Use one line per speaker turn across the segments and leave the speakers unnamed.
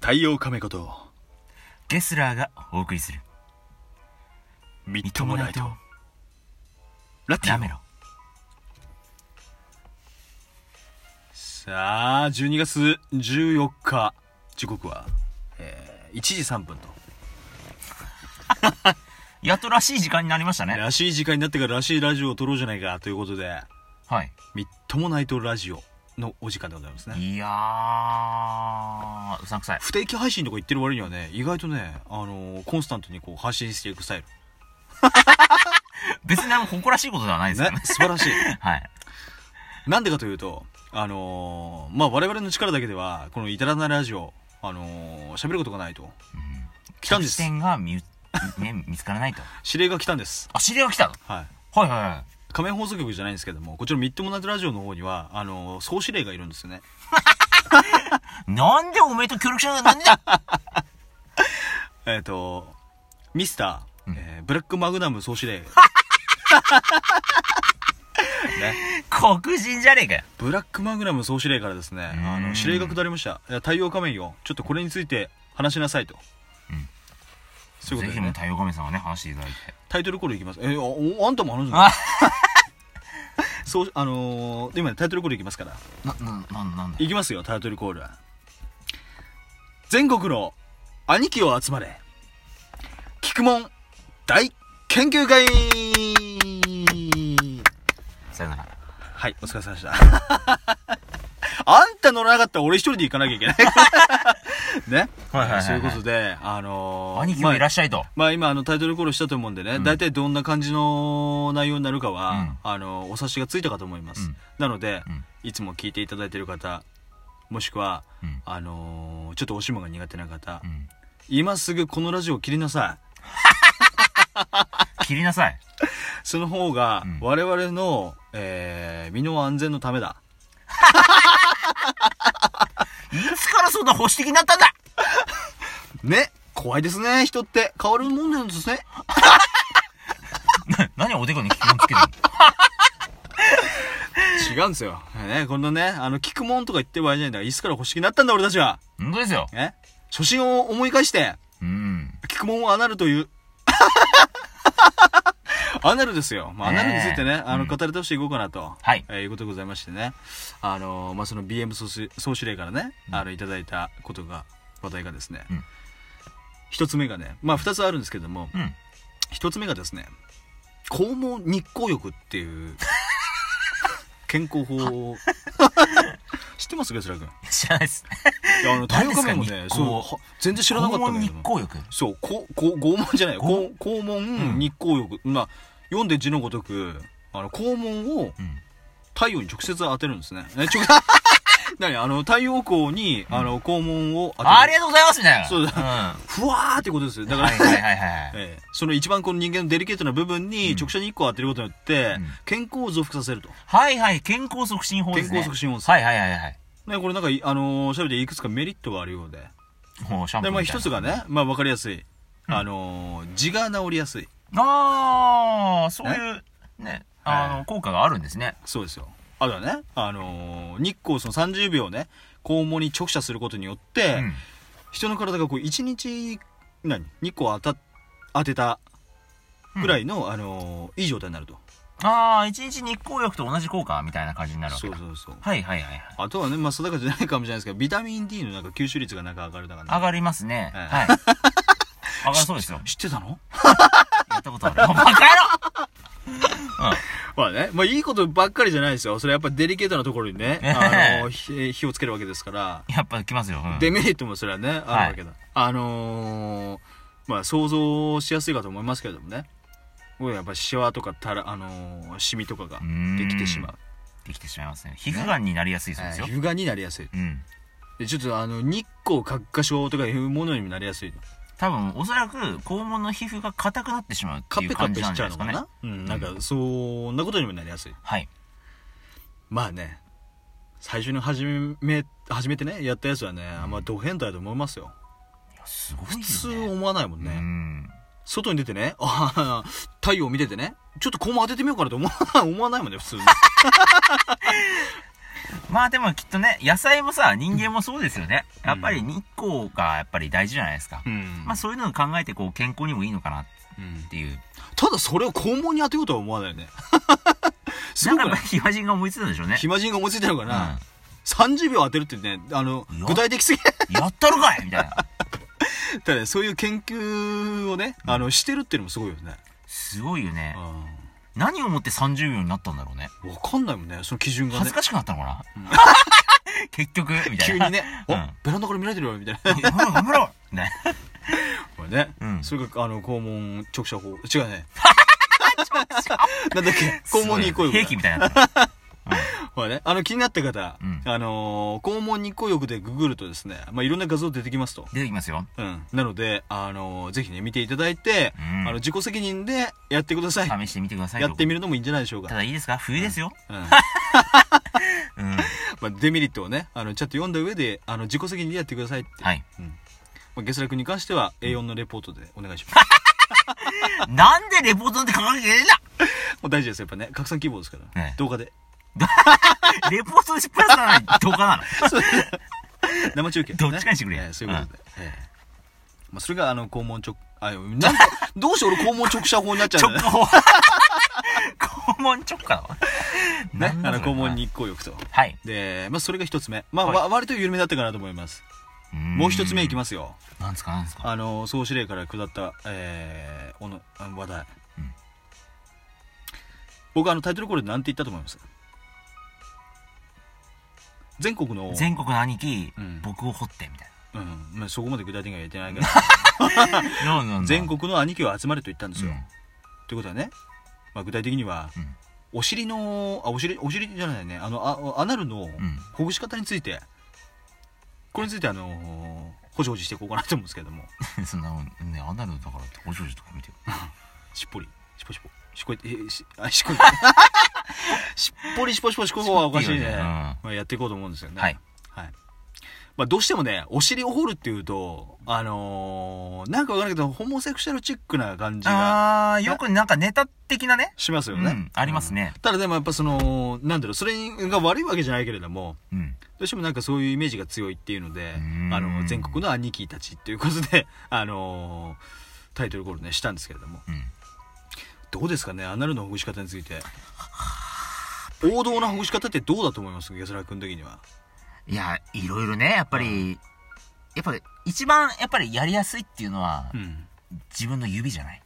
太陽亀こと
ゲスラーがお送りする
み
み
っと
と
も
も
な
ないい
と
と
ラティ
や
オ
めろ
さあ12月14日時刻は、えー1時3分と
やっとらしい時間になりましたね
らしい時間になってかららしいラジオを撮ろうじゃないかということで
はい
みっともないとラジオのお時間でございますね
いやーうさんくさい
不定期配信とか言ってる割にはね意外とね、あのーコンスタントにこう発信していくスタイ
別に何も誇らしいことではない
ル
です
ね
からね
素晴らしい
はい
なんでかというと、あのーまあ、我々の力だけでは、この至らないラジオ、あのー喋ることがないと。来たんで
視
す。
点が見,、ね、見つからないと
指令が来たんです。
あ知り合いが来たの
はい。
はいはいはい
仮面放送局じゃないんですけども、こちらのミッドモナイトラジオの方には、あのー総指令がいるんですよね。
なんでおめえと協力しな かったんだ
えっ、と、ミスター、
うん
えーブラックマグナム総指令。ね。
黒人じゃねえかよ。
ブラックマグナム総指令からですね、あ
う
の、
ん
指令が下りました。いや太陽仮面よ、ちょっとこれについて話しなさいと。
うん
そういう
ぜ
こと
ひ
で
もう
ね。
太陽神さんはね、話していただいて。
タイトルコールいきます。えーあ、おあんたも話すの
あ
そう、あのー、今ねタイトルコールいきますから。
な、な、なんなんだ
いきますよ、タイトルコールは。全国の兄貴を集まれ。菊門大研究会
さよなら。
はい、お疲れ様でした。 あんた乗らなかったら俺一人で行かなきゃいけ ない。ね。
はいはいはいはい
そういうことで、あのー、
兄貴もいらっ
し
しゃいと。
まあ今あのタイトルコールしたと思うんでね、
ん
大体どんな感じの内容になるかは、
う
あのーお察しがついたかと思います。
うん
なので、
うん
いつも聞いていただいてる方、もしくは、
うん
あのーちょっとおしもが苦手な方、
うん。
今すぐこのラジオを切りなさい。
切りなさい。
その方が
うん、
我々の、えー身の安全のためだ。
いつからそんな保守的になったんだ
ね怖いですね、人って。変わるもんなんですね。
何おでこに気をつけてる
違うんですよ。ね、このね、あの、聞くもんとか言ってる場合じゃないんだから、いつから欲しくなったんだ、俺たちは。
の本当ですよ。
ね初心を思い返して、
うん。
聞くもんはアナルという。 アナルですよ。まあ、ア
ねえ
ナルについてね、あの、
うん
語り倒していこうかなと。
はい
えーいうことでございましてね。あの、まあ、その BM 総司総司令からね、あの、いただいたことが、話題がですね
うん。
一、つ目がね、まあ、二つあるんですけども、
うん。
一つ目がですね肛門日光浴っていう 健康法を 知ってますゲスラ君
知らないです。
いやあの太陽
何です
仮
か
面もね
日
そう
光
は全然知らなかったんだけ
日
ども
光浴。
そうここ拷問じゃないこ
拷
肛
う
門
ん
日光浴、まあ読んで字のごとくあの肛門を
うん。
太陽に直接 当てるんですねえちょ何あの太陽光にあの肛門を当てる
ありがとうございますみたいな。
そうだ
ん。は
ふわーってことですよだ
い
から、
はいはいはい。
ええ、その一番この人間のデリケートな部分に
うん
直射日光を当てることによって
うん、
健康を増幅させると。
はいはい、健康促進法で
健
すね。
康促進法です。
はいはいはいはい。
ね、これなんかい、あのー、調べていくつかメリットがあるようで。
もうシャンプ
で、まあ
ーみたいな。
一つが。ね、まあわかりやすい。
うん
あのー、痔が治りやすい。
あー、そういう、ね、あ
は
の、効果があるんですね。
そうですよ。あとはね、あのー、日光をその30秒ね、肛門に直射することによって、
うん。
人の体がこう一日、何日光を当た、当てたぐらいの、あのー、いい状態になると。
ああ、一日日光浴と同じ効果みたいな感じになるわけ
そ
だ
う。そうそう。
はいはいはいはい。
あとはね、まあ、定かじゃないかもしれないですけど、ビタミン D のなんか吸収率がなんか上がるだから
上
ね。
がりますね。
ええ
はい。上がるそうですよ。
知ってたの
やったことある。バカ野郎うん。
まあね、まあいいことばっかりじゃないですよ。それやっぱデリケートなところにね、あの、ひ 火をつけるわけですから、
やっぱ来ますよ。うん
デメリットもそれはね、あるわけだ。あのー、まあ想像しやすいかと思いますけれどもね。僕はやっぱシワとかたら、あのー、シミとかが
うーん
できてしまう。
できてしまいますね。皮膚がんになりやすいそう
え
です
ー
よ。
歪がになりやすい。
うん。
で、ちょっとあの、日光角化症とかいうものにもなりやすい。
多分、おそらく、肛門の皮膚が硬くなってしまうっ
カ
てい
ッペ
う
カ
感
ッペ
じな
し
ん
ち
じゃ
ゃ
な
う
いで
の
すか
かな
ね。
うん、なんか、そんなことにもなりやすい。
はい。
まあね、最初に始め、始めてね、やったやつはね、あんまド変態だと思いますよ。
いやすごいよ、ね。
普通思わないもん
う
ね。
ん。
外に出てね、ああ、太 陽見ててね、ちょっと肛門当ててみようかなと思わ思わないもんね、普通に。
まあでもきっとね、野菜もさ、人間もそうですよね。やっぱり日光がやっぱり大事じゃないですか。
うん
まあそういうのを考えてこう健康にもいいのかなっ
うん
ていう。
ただそれを肛門に当てようとは思わ ないよねす
なん
ごくな
かやっぱ
い
り暇人が思いついたんでしょうね。
暇人が思いついたのか
う
な、30秒当てるってねあの
いや
具体的すぎ
ん。やったろかいみたいな。
たねそういう研究をねあのしてるっていうのもすごいよね、
すごいよね
う。
何をもって30秒になったんだろうね。
ん、分かんないもんねその基準が
恥
ね
ずかしくなったのかな、 結局、みたい
急
な。
にね「
う
お、
ん
ベランダから見られてるわ」みたいな
頑張ろう頑張ろうね。
これね、
うん
それがあの肛門直射法違う ね なんだっけ肛門に行こうよ
兵器みたいになった。
これねあの気になった方、
うん
あのー肛門日光浴でググるとですね、まあ、いろんな画像出てきますと、
出てきますよ。
うん、なので、あのーぜひね見ていただいて、
うん
あの自己責任でやってください
試してみてください
や
よ。
ってみるのもいいんじゃないでしょうか
ただいいですか冬ですよ。
うん
うん。
まあ、デメリットをねあのちゃんと読んだ上であの自己責任でやってくださいって、
はい。
まあ、ゲスラ君に関しては A4 のレポートでお願いします
なんでレポートなんて書かなきゃいけないんだ
もう大事ですやっぱね拡散希望ですから、
ね
動画で
レポートで失敗したらどうかなの
生中継、ね、
どっちかにしてくれ
ええそういうことで、ええまあ、それがあの肛門直あなんかどうして俺肛門直射法になっちゃうん
直
だよ
行。 肛門直下だわ。
ねね
なんだ
あ
そ
の
れ
肛門。日光浴と
はい。
で、まあ、それが一つ目まあ、
はい
わ割と有名だったかなと思いますもう一つ目いきますよ
す。なんですかなんですか
あの総司令から下った、えー、おのあの話題、
うん
僕あのタイトルコールで何て言ったと思います全国の、
全国の兄貴
うん、
僕を掘って、みたい
うんまあ、そこまで具体的には言ってないから
な。なんだなんだ
全国の兄貴は集まれと言ったんですよ、
うん
ということはね、まあ、具体的には、
うん
お尻のあお尻お尻じゃないねあのあアナルの
うん
ほぐし方について、これについてあのーほじほじしていこうかなと思うんですけども
そんな もんね、あんなのだからって、おしょうじとか見てよ。
しっぽりしっぽしっぽしっこいえしあしっこ いしっぽりしっぽしっぽしっこい方はおかしいね
しっぽりよねうん
まあ、やっていこうと思うんですよね
はい、
はいまあ、どうしてもねお尻を掘るっていうとあのーなんかわからないけどホモセクシャルチックな感じが
あー、よくなんかネタ的なね。
します
う
よね、
ん、ありますね。
ただでもやっぱそのなんだろうそれが悪いわけじゃないけれども
うん。
どうしてもなんかそういうイメージが強いっていうので
うーん
あの全国の兄貴たちっていうことで あのータイトルコールねしたんですけれども
うん。
どうですかねアナルのほぐし方について王道なほぐし方ってどうだと思います安ら君的にはい
や、いろいろね、やっぱり、やっぱり、一番、やっぱりやりやすいっていうのは、
うん
自分の指じゃない。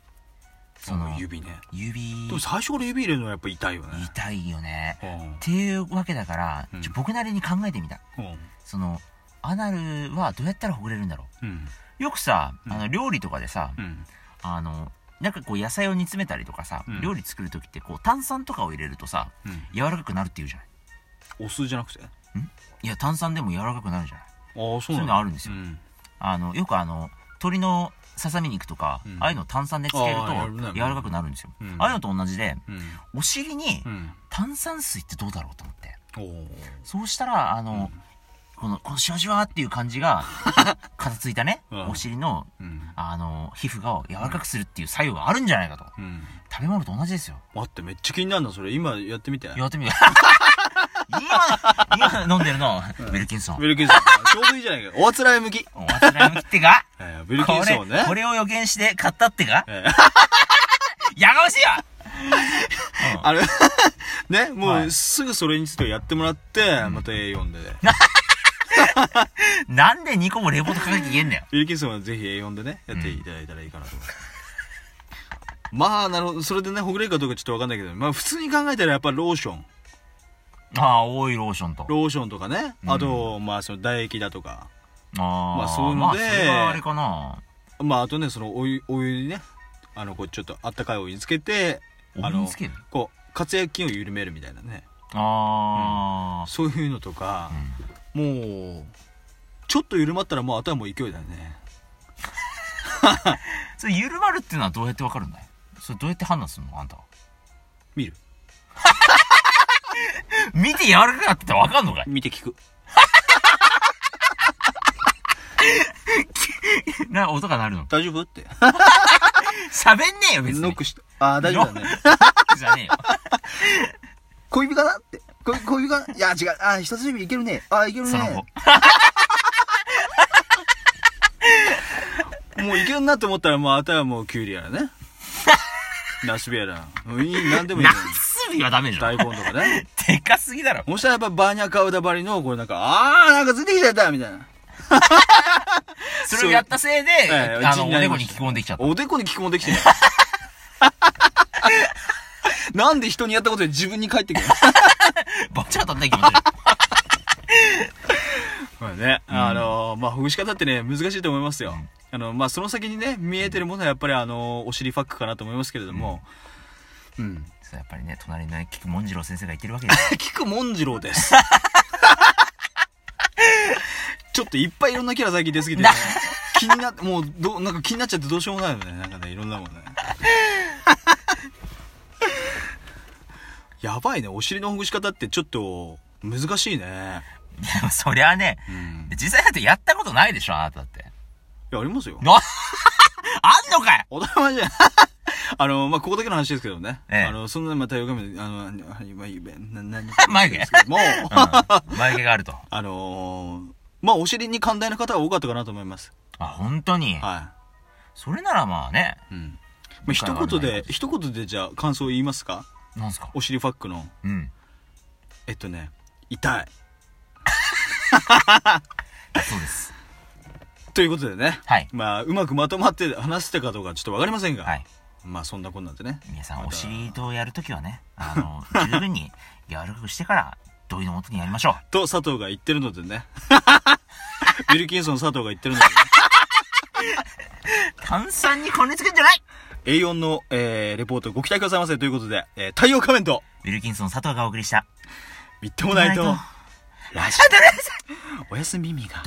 そ
その
の、指、
指ね
指
でも、最初から指入れるのはやっぱ痛いよね
痛いよね。
うん
っていうわけだから、
うん
ちょ僕なりに考えてみた。
うん
その、アナルはどうやったらほぐれるんだろ
うん
う。よくさ、
うん
あの、料理とかでさ、
うん
あの、なんかこう野菜を煮詰めたりとかさ、
うん
料理作る時ってこう炭酸とかを入れるとさ、
うん
柔らかくなるっていうじゃない。
お酢じゃなくてあ
いや、炭酸でも柔らかくなるじゃない。
あそ
そう
うな
いうんの
だ
あるんですよ。
うん
あの、よくあの、鶏のささみ肉とか、
うん
ああいうのを炭酸でつける
あーやるね
と柔らかくなるんですよ。
うん
ああいうのと同じで、
うん
お尻に
うん
炭酸水ってどうだろうと思って。
おー
そうしたら、あの、この、このシワシワっていう感 じが、片ついたね、
うん
お尻の、
うん
あの、皮膚を柔らかくするっていう作用があるんじゃないかと。
うん
食べ物と同じですよ。
待ってめっちゃ気になるなそれ今やってみて
やって みよう。今、今飲んでるの、ウェルキンソ
ウェ
ン。
ルキンソンちょうどいいじゃないかおあつらえ向き、
おあつら向きってか
えーウェルキンソンね
これ、これを予言して買ったってか
えー
やがましいわ
あれねもう、
はい
すぐそれについてやってもらってまた A4 で、
なんで2個もレポート書かなきゃいけんだよ。
ウィルキンソンはぜひ A4 でねやっていただいたらいいかなと思います、まあなるほどそれでねほぐれるかどうかちょっとわかんないけどまあ普通に考えたらやっぱローション
ああ、多いローションと。
ローションとかね、あとまあその唾液だとか
ああ、
まあそういうので
まあ、それはあれかな。
まああとねそのお湯お湯にねあのこうちょっとあったかいお湯につけて
お
あ
湯に
の
つける
こう活躍筋を緩めるみたいなね
ああ、
そういうのとか、もうちょっと緩まったらもうあとはもう勢いだね
それ緩まるっていうのはどうやってわかるんだいそれどうやって判断するのあんたは。
見る
見て柔らかくなってたらわかんの かい
見て聞く
な、音が鳴るの。
大丈夫 って
喋んねえよ、別 に。
ノックしたあー大丈夫だね
じゃねえよ。
小指かなってこうこういうか、いや、違う。あ、人差し指いけるね。あ、いける
その後
ね。。もういけるなと思ったら、もう、あとはもう、キュウリやら ね。ナスビやら。もういい、なんでもいい
ナ
の
スビはダメじゃ
大
ん。
根とか ね。
でかすぎだろ。
もしたらやっぱ、バーニャカウダバリの、これなんか、あー、なんかついてきちゃったみたいな。
それをやったせいで、
ええ
あの、
うちに
お
な
で
り
こ
ま
に
し
着
た
込んできちゃった。
おでこに着込んで きてる。なんで人にやったことで自分に返ってくる
バチ当たんない気持ち悪い。
まあね、あのまあ、ほぐし方ってね、難しいと思いますよ。あの、まあ、その先にね、見えてるものはやっぱり、あのお尻ファックかなと思いますけれども、うん。
そうやっぱりね、隣のね、菊文次郎先生がいてるわけですよ。
菊文次郎です。 ちょっといっぱいいろんなキャラ最近出すぎてね
な、
気になって、もう、どう、なんか気になっちゃってどうしようもないよね。なんかね、いろんなもんね。 やばいね、お尻のほぐし方ってちょっと、難しいね。
いや、そりゃあね、
うん。
実際だってやったことないでしょ、あなただって。
いや、ありますよ。
ああんのかい
お互いじゃん。 あの、まあ、ここだけの話ですけどね。
ええ
あの、そんな、まあ、太陽神で、あの、あのあの今言えば、な、な、な
眉毛
ですけど も、
うん。眉毛があると。
あのー、まあ、お尻に寛大な方が多かったかなと思います。
あ、本当に。
は
それならまあね、
い。うん。まあ、一言で、一言でじゃあ感想言いますか
なんすか。
お尻ファックの。
うん。
えっとね、痛い。
そうです。
ということでね。
はい。
まあ、うまくまとまって話してたかどうかちょっとわかりませんが。
はい。
まあ、そんなこんなんでね。
皆さ
ま
ん、
た
お尻とやるときはね、あの、十分に柔らかくしてから、同意のもとにやりましょう。
と、佐藤が言ってるのでね。 ウィルキンソン佐藤が言ってるのでね。
炭酸にこねつけんじゃない
A4 の、えーレポートご期待くださいませということで、えー、太陽仮面と、
ウィルキンソン佐藤がお送りした。
みっともないと
みっとも、
ラジオおやすみみが
ど。